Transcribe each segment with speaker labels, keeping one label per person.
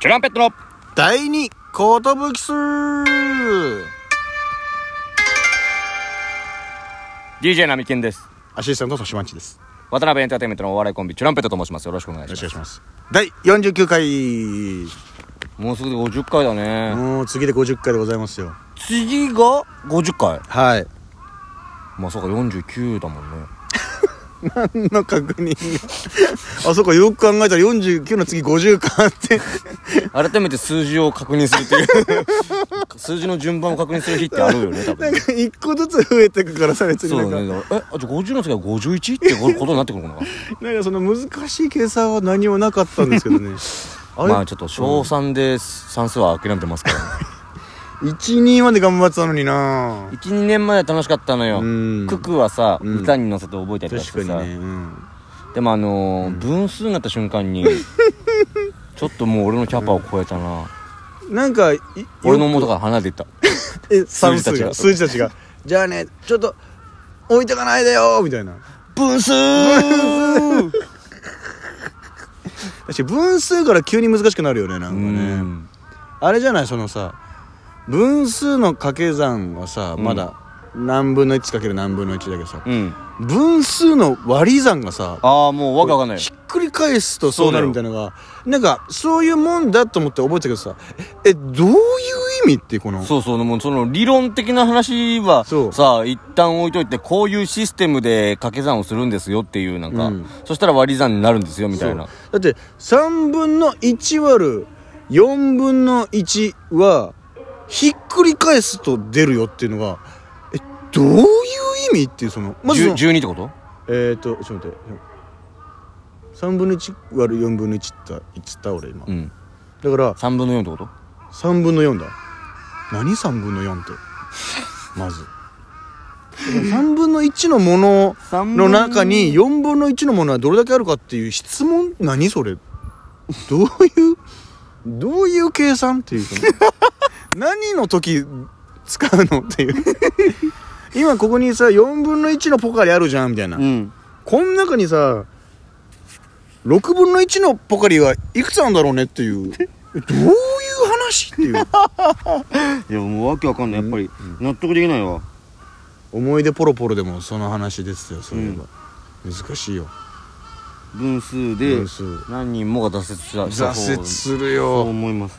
Speaker 1: チュランペットの
Speaker 2: 第二コートブキス
Speaker 1: DJ なみけんです
Speaker 2: アシスタントソシマンチです
Speaker 1: 渡辺エンターテインメントのお笑いコンビチュランペットと申しますよろしくお願い
Speaker 2: よ
Speaker 1: します
Speaker 2: ます第49回
Speaker 1: もうすぐで50回だね、
Speaker 2: もう次で50回でございますよ
Speaker 1: 次が50回
Speaker 2: はい
Speaker 1: まさか49だもんね
Speaker 2: 何の確認が あそこよく考えたら49の次50かって
Speaker 1: 改めて数字を確認するっていう数字の順番を確認する日ってあるよね多
Speaker 2: な
Speaker 1: 分
Speaker 2: んか一個ずつ増えてくからさ別に
Speaker 1: そ
Speaker 2: なん
Speaker 1: う
Speaker 2: か、
Speaker 1: ねえあじゃあ50の次は 51? ってことになってくるのかな
Speaker 2: なんかその難しい計算は何もなかったんですけどねあ れ、
Speaker 1: まあちょっと小3で算数は諦めてますから、ね、
Speaker 2: 12まで頑張ってたのにな
Speaker 1: 12年前は楽しかったのよ、
Speaker 2: うん
Speaker 1: 九九はさ、
Speaker 2: うん
Speaker 1: 歌に乗せて覚えたりとかして
Speaker 2: 確
Speaker 1: さ、
Speaker 2: かにね、うん、
Speaker 1: でもあのー分数になった瞬間 にちょっともう俺のキャパを超えたな、
Speaker 2: なんかい
Speaker 1: 俺の元から離れていった
Speaker 2: え
Speaker 1: 数
Speaker 2: 数
Speaker 1: 字た
Speaker 2: 字
Speaker 1: ち
Speaker 2: た
Speaker 1: が
Speaker 2: ち数字たちが「じゃあねちょっと置いてかないでよ」みたいな
Speaker 1: 分数
Speaker 2: 私分数から急に難しくなるよねなんか
Speaker 1: う
Speaker 2: ね、
Speaker 1: ん
Speaker 2: あれじゃないそのさ分数の掛け算はさ
Speaker 1: うん
Speaker 2: まだ何分の1かける何分の1だけどさ
Speaker 1: うん
Speaker 2: 分数の割り算がさ
Speaker 1: ああもうわけわかんない
Speaker 2: ひっくり返すとそうなるみたいなのがなんかそういうもんだと思って覚えてたけどさええどういう意味ってこの
Speaker 1: そうそうもうその理論的な話は
Speaker 2: そう
Speaker 1: さあ一旦置いといてこういうシステムで掛け算をするんですよっていうなんか、
Speaker 2: うん
Speaker 1: そしたら割り算になるんですよみたいな
Speaker 2: そうだって3分の1割る4分の1はひっくり返すと出るよっていうのがえどういう意味っていうそのまず
Speaker 1: じゅ
Speaker 2: その
Speaker 1: 12ってこと
Speaker 2: えっ、ー、とちょっと待って3分の1割る4分の1って言った言ってた俺今、
Speaker 1: うん
Speaker 2: だから
Speaker 1: 3分の4ってこと
Speaker 2: 3分の4だ何3分の4ってまず3分の1のものの中に4分の1のものはどれだけあるかっていう質問何それどういうどういう計算っていう か何の時使うのっていう今ここにさ4分の1のポカリあるじゃんみたいな、
Speaker 1: うん
Speaker 2: この中にさ6分の1のポカリはいくつなんだろうねっていうえどういう話っていう
Speaker 1: いやもうわけわかんないやっぱり納得できないわ
Speaker 2: 思い出ポロポロでもその話ですよそういえば、難しいよ
Speaker 1: 分数
Speaker 2: 分数
Speaker 1: 何人もが挫折した
Speaker 2: 挫折する
Speaker 1: そう
Speaker 2: よ
Speaker 1: 思います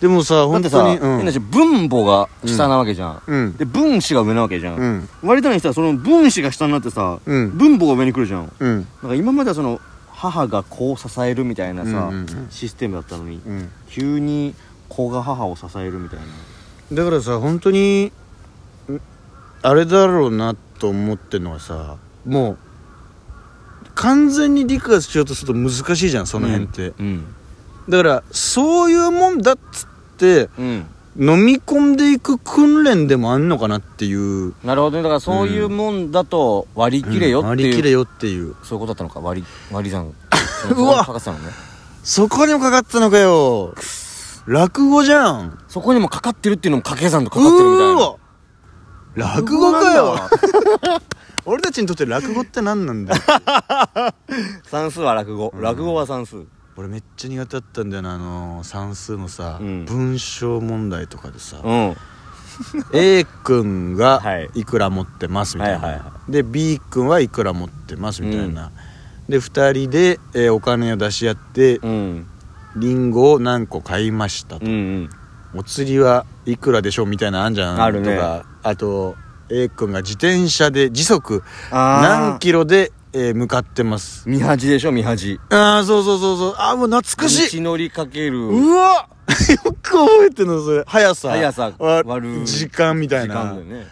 Speaker 2: でもさ
Speaker 1: だっ
Speaker 2: 本
Speaker 1: てさ
Speaker 2: 当に
Speaker 1: 変な話分母が下なわけじゃん
Speaker 2: うんうん
Speaker 1: で分子が上なわけじゃ
Speaker 2: うんん
Speaker 1: 割とねさその分子が下になってさ
Speaker 2: うん
Speaker 1: 分母が上に来るじゃんなん
Speaker 2: うん
Speaker 1: か今まではその母が子を支えるみたいなさ
Speaker 2: うんうんうん
Speaker 1: システムだったのに
Speaker 2: うん
Speaker 1: 急に子が母を支えるみたいな
Speaker 2: だからさ本当にんあれだろうなと思ってるのはさもう完全に理解しようとすると難しいじゃんその辺って、
Speaker 1: うん
Speaker 2: だからそういうもんだっつって
Speaker 1: うん
Speaker 2: 飲み込んでいく訓練でもあんのかなっていう
Speaker 1: なるほどねだからそういうもんだと割り切れよって
Speaker 2: 割り切
Speaker 1: い
Speaker 2: れ
Speaker 1: う
Speaker 2: よっていう
Speaker 1: そういうことだったのか割り割り算
Speaker 2: う
Speaker 1: そ
Speaker 2: わ
Speaker 1: こにかかってたのね
Speaker 2: そこにもかかったのかよ落語じゃん
Speaker 1: そこにもかかってるっていうのも掛け算とか
Speaker 2: う
Speaker 1: かってるみたいな
Speaker 2: ーわ落語かよ俺たちにとって落語って何なんだよ
Speaker 1: 算数は落語、落語は算数
Speaker 2: 俺めっちゃ苦手だったんだよなあの算数のさ、
Speaker 1: うん
Speaker 2: 文章問題とかでさ、
Speaker 1: ん
Speaker 2: A 君が
Speaker 1: はい
Speaker 2: いくら持ってますみたいな、
Speaker 1: はいはいは
Speaker 2: で B 君はいくら持ってますみたいな、で2人で、えーお金を出し合って
Speaker 1: うん
Speaker 2: リンゴを何個買いましたと
Speaker 1: うんうん
Speaker 2: お釣りはいくらでしょうみたいなのあんじゃん
Speaker 1: あるね
Speaker 2: とかあと A 君が自転車で時速
Speaker 1: あ
Speaker 2: 何キロで、えー向かってます
Speaker 1: 見恥でしょ見恥
Speaker 2: ああそうそうそうそうああもう懐かしい
Speaker 1: 道のりかける
Speaker 2: うわ よく覚えてるのそれ速さ
Speaker 1: 速さ
Speaker 2: わ
Speaker 1: 割る
Speaker 2: 時間みたい
Speaker 1: 時
Speaker 2: な
Speaker 1: 間だよね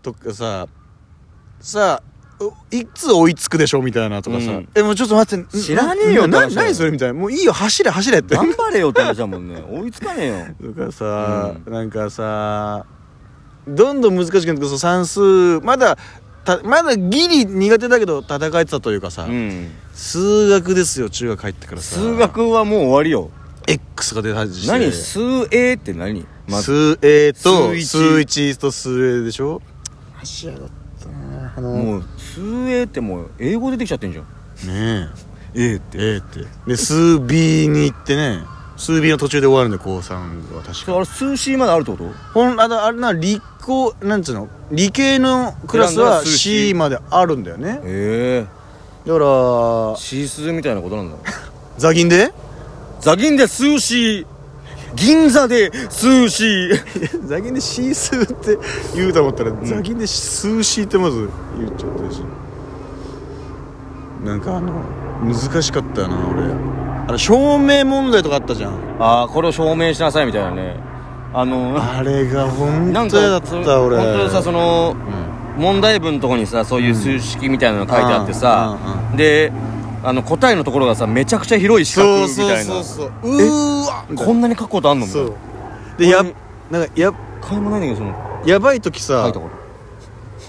Speaker 2: とかささあおいつ追いつくでしょみたいなとかさ、
Speaker 1: うん
Speaker 2: えもうちょっと待ってん
Speaker 1: 知らねえよ
Speaker 2: な
Speaker 1: って話だよ
Speaker 2: 何それみたいなもういいよ走れ走れって
Speaker 1: 頑張れよって話だもんね追いつかねえよ
Speaker 2: とかさ、
Speaker 1: う
Speaker 2: なんかさどんどん難しくなってくるその算数まだたまだギリ苦手だけど戦えてたというかさ、
Speaker 1: うん
Speaker 2: 数学ですよ中学入ってからさ
Speaker 1: 数学はもう終わりよ
Speaker 2: X が出始め
Speaker 1: 何
Speaker 2: て
Speaker 1: 数 A って何まず
Speaker 2: 数 A と
Speaker 1: 数一
Speaker 2: 数一と数 A でしょ
Speaker 1: もう数 A ってもう英語出てきちゃってんじゃん
Speaker 2: ね
Speaker 1: A って
Speaker 2: え A ってで数 B に行ってね数 B の途中で終わるんで高3は確
Speaker 1: しかもあ
Speaker 2: か
Speaker 1: れ数 C まであるってこと
Speaker 2: 本あだあれな理工なんつうの理系のクラス
Speaker 1: 選んだ
Speaker 2: は
Speaker 1: ら数 C
Speaker 2: C まであるんだよね
Speaker 1: ええ
Speaker 2: だから
Speaker 1: シースーみたいなことなんだ
Speaker 2: 座銀で
Speaker 1: ザギンで数 C 銀座で数 C
Speaker 2: 座銀で C 数って言うと思ったら、座銀で数 C ってまず言っちゃったしなんかあの難しかったよな俺あれ証明問題とかあったじゃん
Speaker 1: ああこれを証明しなさいみたいなねあの
Speaker 2: あれが本
Speaker 1: なん
Speaker 2: 当
Speaker 1: か
Speaker 2: 嫌だっ
Speaker 1: そ
Speaker 2: た俺
Speaker 1: 本当にさその、
Speaker 2: う
Speaker 1: 問題文のとこにさそういう数式みたいなの書いてあってさ、
Speaker 2: うんうん
Speaker 1: であの答えのところがさめちゃくちゃ広い四角
Speaker 2: そう
Speaker 1: み
Speaker 2: そう
Speaker 1: たいな
Speaker 2: そうそううーわみたいな
Speaker 1: こんなに書くことあんのみたいな
Speaker 2: そうでや
Speaker 1: これ
Speaker 2: なんかや
Speaker 1: 一回もないんだけどその
Speaker 2: やばい時
Speaker 1: 書い
Speaker 2: さ
Speaker 1: たこ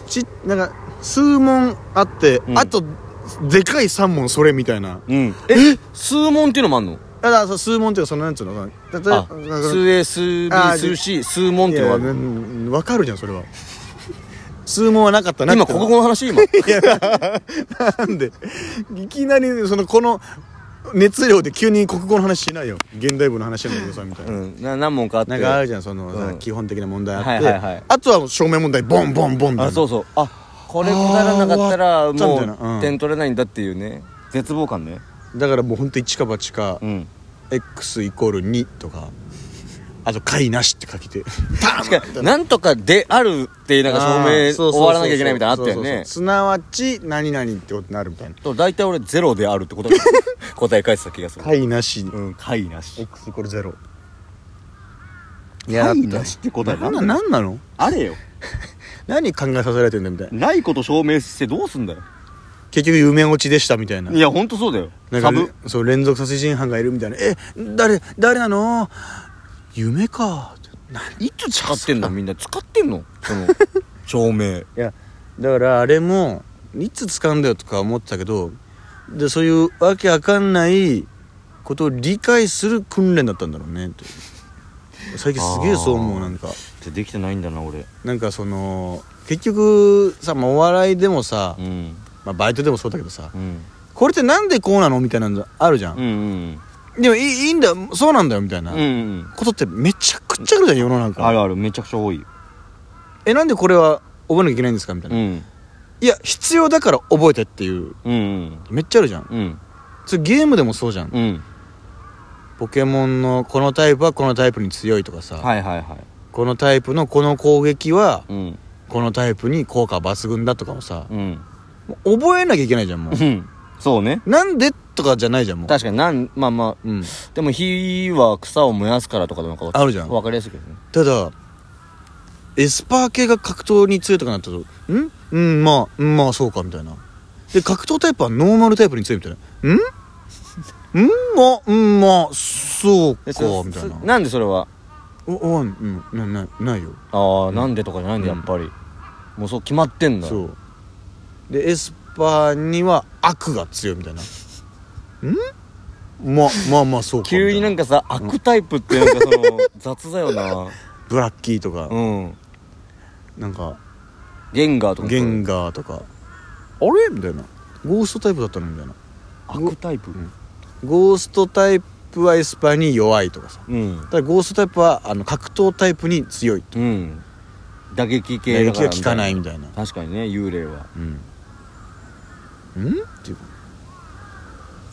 Speaker 2: ちなんか数問あって、
Speaker 1: うん
Speaker 2: あとでかい3問それみたいな
Speaker 1: とうんえ数問っていうのもあんの
Speaker 2: だからそう数問っていうかそのなんつうの例えば
Speaker 1: あ
Speaker 2: なんか
Speaker 1: 数 A 数 B
Speaker 2: あー
Speaker 1: 数 C 数問っ
Speaker 2: い
Speaker 1: ていうの
Speaker 2: や
Speaker 1: がある
Speaker 2: わ分かるじゃんそれは数問はなかったな
Speaker 1: 今国語の話今
Speaker 2: なんでいきなりそのこの熱量で急に国語の話しないよ現代文の話なんだけどさみたいな、
Speaker 1: うんな何問かあって
Speaker 2: なんかあるじゃんその、
Speaker 1: うん
Speaker 2: 基本的な問題あって、
Speaker 1: はいはいはい
Speaker 2: あとは証明問題ボンボンボンみたいな
Speaker 1: あそうそうあこれ答えらなかった
Speaker 2: あ
Speaker 1: ら
Speaker 2: ー終わ
Speaker 1: も
Speaker 2: ったみたいなうん
Speaker 1: う点取れないんだっていうね絶望感ね
Speaker 2: だからもうほんと一か八か、
Speaker 1: うん
Speaker 2: x イコール2とかあと解なしって書きてパー
Speaker 1: 確
Speaker 2: ン
Speaker 1: かになんとかであるっていうなんか証明終わらなきゃいけないみたいなのあったよね
Speaker 2: すなわち何々ってことになるみたいな
Speaker 1: と大体俺ゼロであるってことだ 答え返した気がする
Speaker 2: 解なし、
Speaker 1: うん解なし
Speaker 2: x イコール0い
Speaker 1: 解なしって答え
Speaker 2: な
Speaker 1: なんん
Speaker 2: な
Speaker 1: だ
Speaker 2: なんなの
Speaker 1: あれよ
Speaker 2: 何考えさせられてんだみたいな
Speaker 1: ないこと証明してどうすんだよ
Speaker 2: 結局夢落ちでしたみたいない
Speaker 1: やほんとそうだよ
Speaker 2: なん
Speaker 1: サ
Speaker 2: か
Speaker 1: ブ
Speaker 2: そう連続殺人犯がいるみたいなえ誰誰なの夢か
Speaker 1: いつ使ってんのみんな 使ってんのそ の証明
Speaker 2: いやだからあれもいつ使うんだよとか思ってたけどでそういうわけわかんないことを理解する訓練だったんだろうねという最近すげえそう思う
Speaker 1: あー
Speaker 2: なんか
Speaker 1: ってできてないんだな俺
Speaker 2: なんかその結局さ、まあ、お笑いでもさ
Speaker 1: う、ん
Speaker 2: まあ、バイトでもそうだけどさ
Speaker 1: うん
Speaker 2: これってなんでこうなのみたいなのあるじゃ
Speaker 1: うん
Speaker 2: ん、
Speaker 1: うん
Speaker 2: でもいいいいんだよそうなんだよみたいな、
Speaker 1: うんうん
Speaker 2: ことってめちゃくちゃあるじゃん世の
Speaker 1: ある
Speaker 2: 中
Speaker 1: あるめちゃくちゃ多い
Speaker 2: えなんでこれは覚えなきゃいけないんですかみたいうな、
Speaker 1: ん
Speaker 2: いや必要だから覚えてっていう
Speaker 1: うんうん
Speaker 2: めっちゃあるじゃん
Speaker 1: うん
Speaker 2: それゲームでもそうじゃん、
Speaker 1: うん
Speaker 2: ポケモンのこのタイプはこのタイプに強いとかさ、
Speaker 1: はいはいはい
Speaker 2: このタイプのこの攻撃は
Speaker 1: うん
Speaker 2: このタイプに効果抜群だとかもさ
Speaker 1: うん
Speaker 2: もう覚えなきゃいけないじゃんもう
Speaker 1: うんそうね
Speaker 2: なんでとかじゃないじゃんもう
Speaker 1: 確かになんまあまあ
Speaker 2: うん、
Speaker 1: でも火は草を燃やすからとかでもなんか
Speaker 2: あるじゃん
Speaker 1: わかりやすいけどね
Speaker 2: ただエスパー系が格闘に強いとかなったと「んうんまあうんまあそうか」みたいなで格闘タイプはノーマルタイプに強いみたいな「んうんまあうんまあそうか
Speaker 1: で」そ
Speaker 2: みたい
Speaker 1: そ
Speaker 2: な
Speaker 1: なんでそれは
Speaker 2: 「おおうんななないよ
Speaker 1: ああなんでとかじゃないんだやっぱりもうそう決まってん」だ
Speaker 2: そうでエスパーには悪が強いみたいな「んまあまあまあそうか」みた
Speaker 1: 急
Speaker 2: い
Speaker 1: にな
Speaker 2: なん
Speaker 1: かさ悪タイプってなんかその雑だよな
Speaker 2: ブラッキーとか、
Speaker 1: うん
Speaker 2: なんか
Speaker 1: ゲンガーとか
Speaker 2: ゲンガーとか「あれ?」みたいな「ゴーストタイプだったの?」みたいな
Speaker 1: 悪タイプうん
Speaker 2: ゴーストタイプはエスパーに弱いとかさ
Speaker 1: うん、
Speaker 2: ただゴーストタイプはあの格闘タイプに強いと
Speaker 1: 打撃系だ
Speaker 2: 打
Speaker 1: か
Speaker 2: 撃
Speaker 1: ら
Speaker 2: が効かない
Speaker 1: み
Speaker 2: みたい
Speaker 1: た
Speaker 2: な
Speaker 1: いな確かにね幽霊は
Speaker 2: うんうんっていうか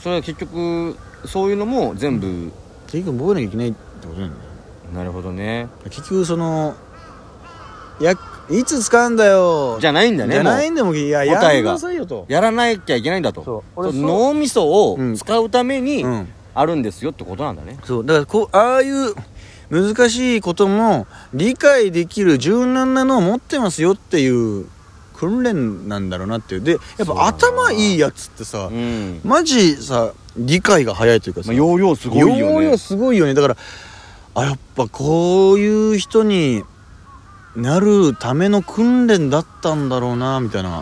Speaker 1: それは結局そういうのも全部
Speaker 2: 結局覚えなきゃいけないってことなんだよ
Speaker 1: なるほどね
Speaker 2: 結局そのいやいつ使うんだよ
Speaker 1: じゃないんだね
Speaker 2: じゃないんだもんいやや
Speaker 1: 答
Speaker 2: め
Speaker 1: えが
Speaker 2: なさいよと
Speaker 1: やらなきゃいけないんだと
Speaker 2: そう俺
Speaker 1: そう
Speaker 2: そう
Speaker 1: 脳みそを
Speaker 2: うん
Speaker 1: 使うために
Speaker 2: うん
Speaker 1: あるんですよってことなんだね、
Speaker 2: そうだからこうああいう難しいことも理解できる柔軟なのを持ってますよっていう訓練なんだろうなっていうでやっ
Speaker 1: そうだな
Speaker 2: ぱ頭いいやつってさ、
Speaker 1: うん
Speaker 2: マジさ理解が早いというかさ、
Speaker 1: まあ、容量すごいよね
Speaker 2: 要領すごいよねだからあやっぱこういう人になるための訓練だったんだろうなみたいな
Speaker 1: な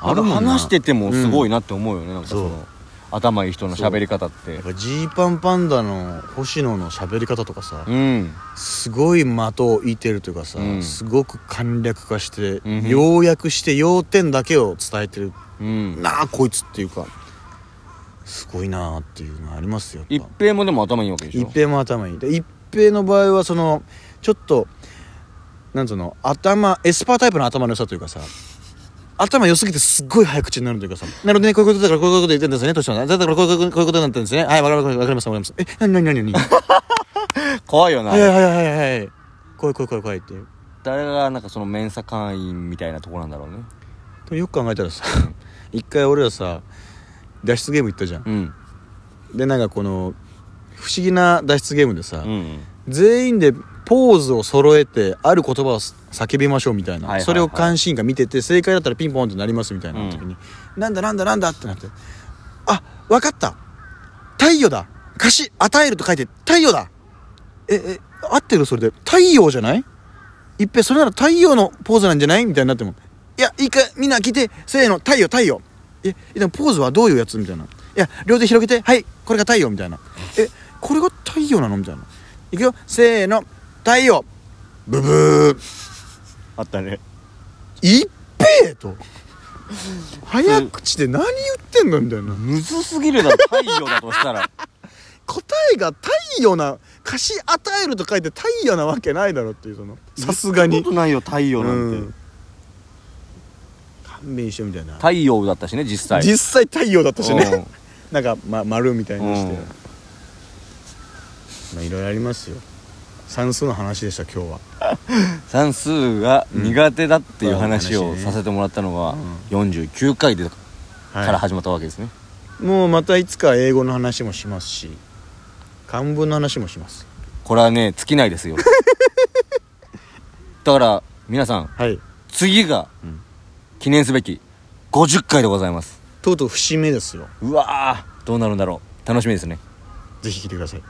Speaker 2: あ
Speaker 1: んか
Speaker 2: るもんな
Speaker 1: 話しててもすごいなって思うよね、なんかそ
Speaker 2: そう
Speaker 1: の頭いい人の喋り方って
Speaker 2: やっぱジーパンパンダの星野の喋り方とかさ
Speaker 1: うん
Speaker 2: すごい的を射てるというかさ、
Speaker 1: うん
Speaker 2: すごく簡略化して、
Speaker 1: うんうん
Speaker 2: 要約して要点だけを伝えてる
Speaker 1: うん
Speaker 2: なあこいつっていうかすごいなーっていうのはありますよやっ
Speaker 1: 一
Speaker 2: ぱ
Speaker 1: 平もでも頭いいわけでしょ
Speaker 2: 一平も頭いいで一平の場合はそのちょっとなんつうの頭エスパータイプの頭の良さというかさ頭良すぎてすっごい早口になるというかさなるほどねこういうことだからこういうこと言ってんですねとしさんだからこういうことこういうことになったんですねはいわかりますわかりますわかりますえなになにな になに
Speaker 1: 怖いよな、
Speaker 2: はいはいはいはいはい怖い怖い怖い怖いっていう
Speaker 1: 誰がなんかそのメンサ会員みたいなとこなんだろうね
Speaker 2: でもよく考えたらさ 一回俺らさ脱出ゲーム行ったじゃん
Speaker 1: うん
Speaker 2: でなんかこの不思議な脱出ゲームでさ、
Speaker 1: うん
Speaker 2: 全員でポーズを揃えてある言葉を叫びましょうみたいな、
Speaker 1: はいはいはい
Speaker 2: それを監視員が見てて正解だったらピンポンってなりますみたいな時に、なんだなんだなんだってなってあわかった太陽だ貸し与えると書いて太陽だええ合ってるそれで太陽じゃないいっぺんそれなら太陽のポーズなんじゃないみたいになってもいやいいかみんな聞いてせーの太陽太陽えでもポーズはどういうやつみたいないや両手広げてはいこれが太陽みたいなえこれが太陽なのみたいないくよせーの太陽ブブー
Speaker 1: あったね
Speaker 2: 一平と早口で何言ってんのみたいな
Speaker 1: むずすぎるだろ太陽だとしたら
Speaker 2: 答えが太陽な貸し与えると書いて太陽なわけないだろっていうそのさすが
Speaker 1: 言った
Speaker 2: に
Speaker 1: ことないよ太陽なんて、
Speaker 2: うん勘弁してみたいな
Speaker 1: 太陽だったしね実際
Speaker 2: 実際太陽だったし
Speaker 1: う
Speaker 2: ね
Speaker 1: ん
Speaker 2: なんか、ま、丸みたいにして、
Speaker 1: うん
Speaker 2: まあいろいろありますよ算数の話でした今日は
Speaker 1: 算数が苦手だっていう話
Speaker 2: う
Speaker 1: を
Speaker 2: ん
Speaker 1: させてもらったのは
Speaker 2: ん
Speaker 1: 49回でか
Speaker 2: はい
Speaker 1: ら始まったわけですね、
Speaker 2: もうまたいつか英語の話もしますし漢文の話もします
Speaker 1: これはね尽きない ですよだから皆さん
Speaker 2: はい
Speaker 1: 次が
Speaker 2: うん
Speaker 1: 記念すべき50回でございます
Speaker 2: とうとう節目ですよ
Speaker 1: うわーどうなるんだろう楽しみですね
Speaker 2: ぜひ聞いてください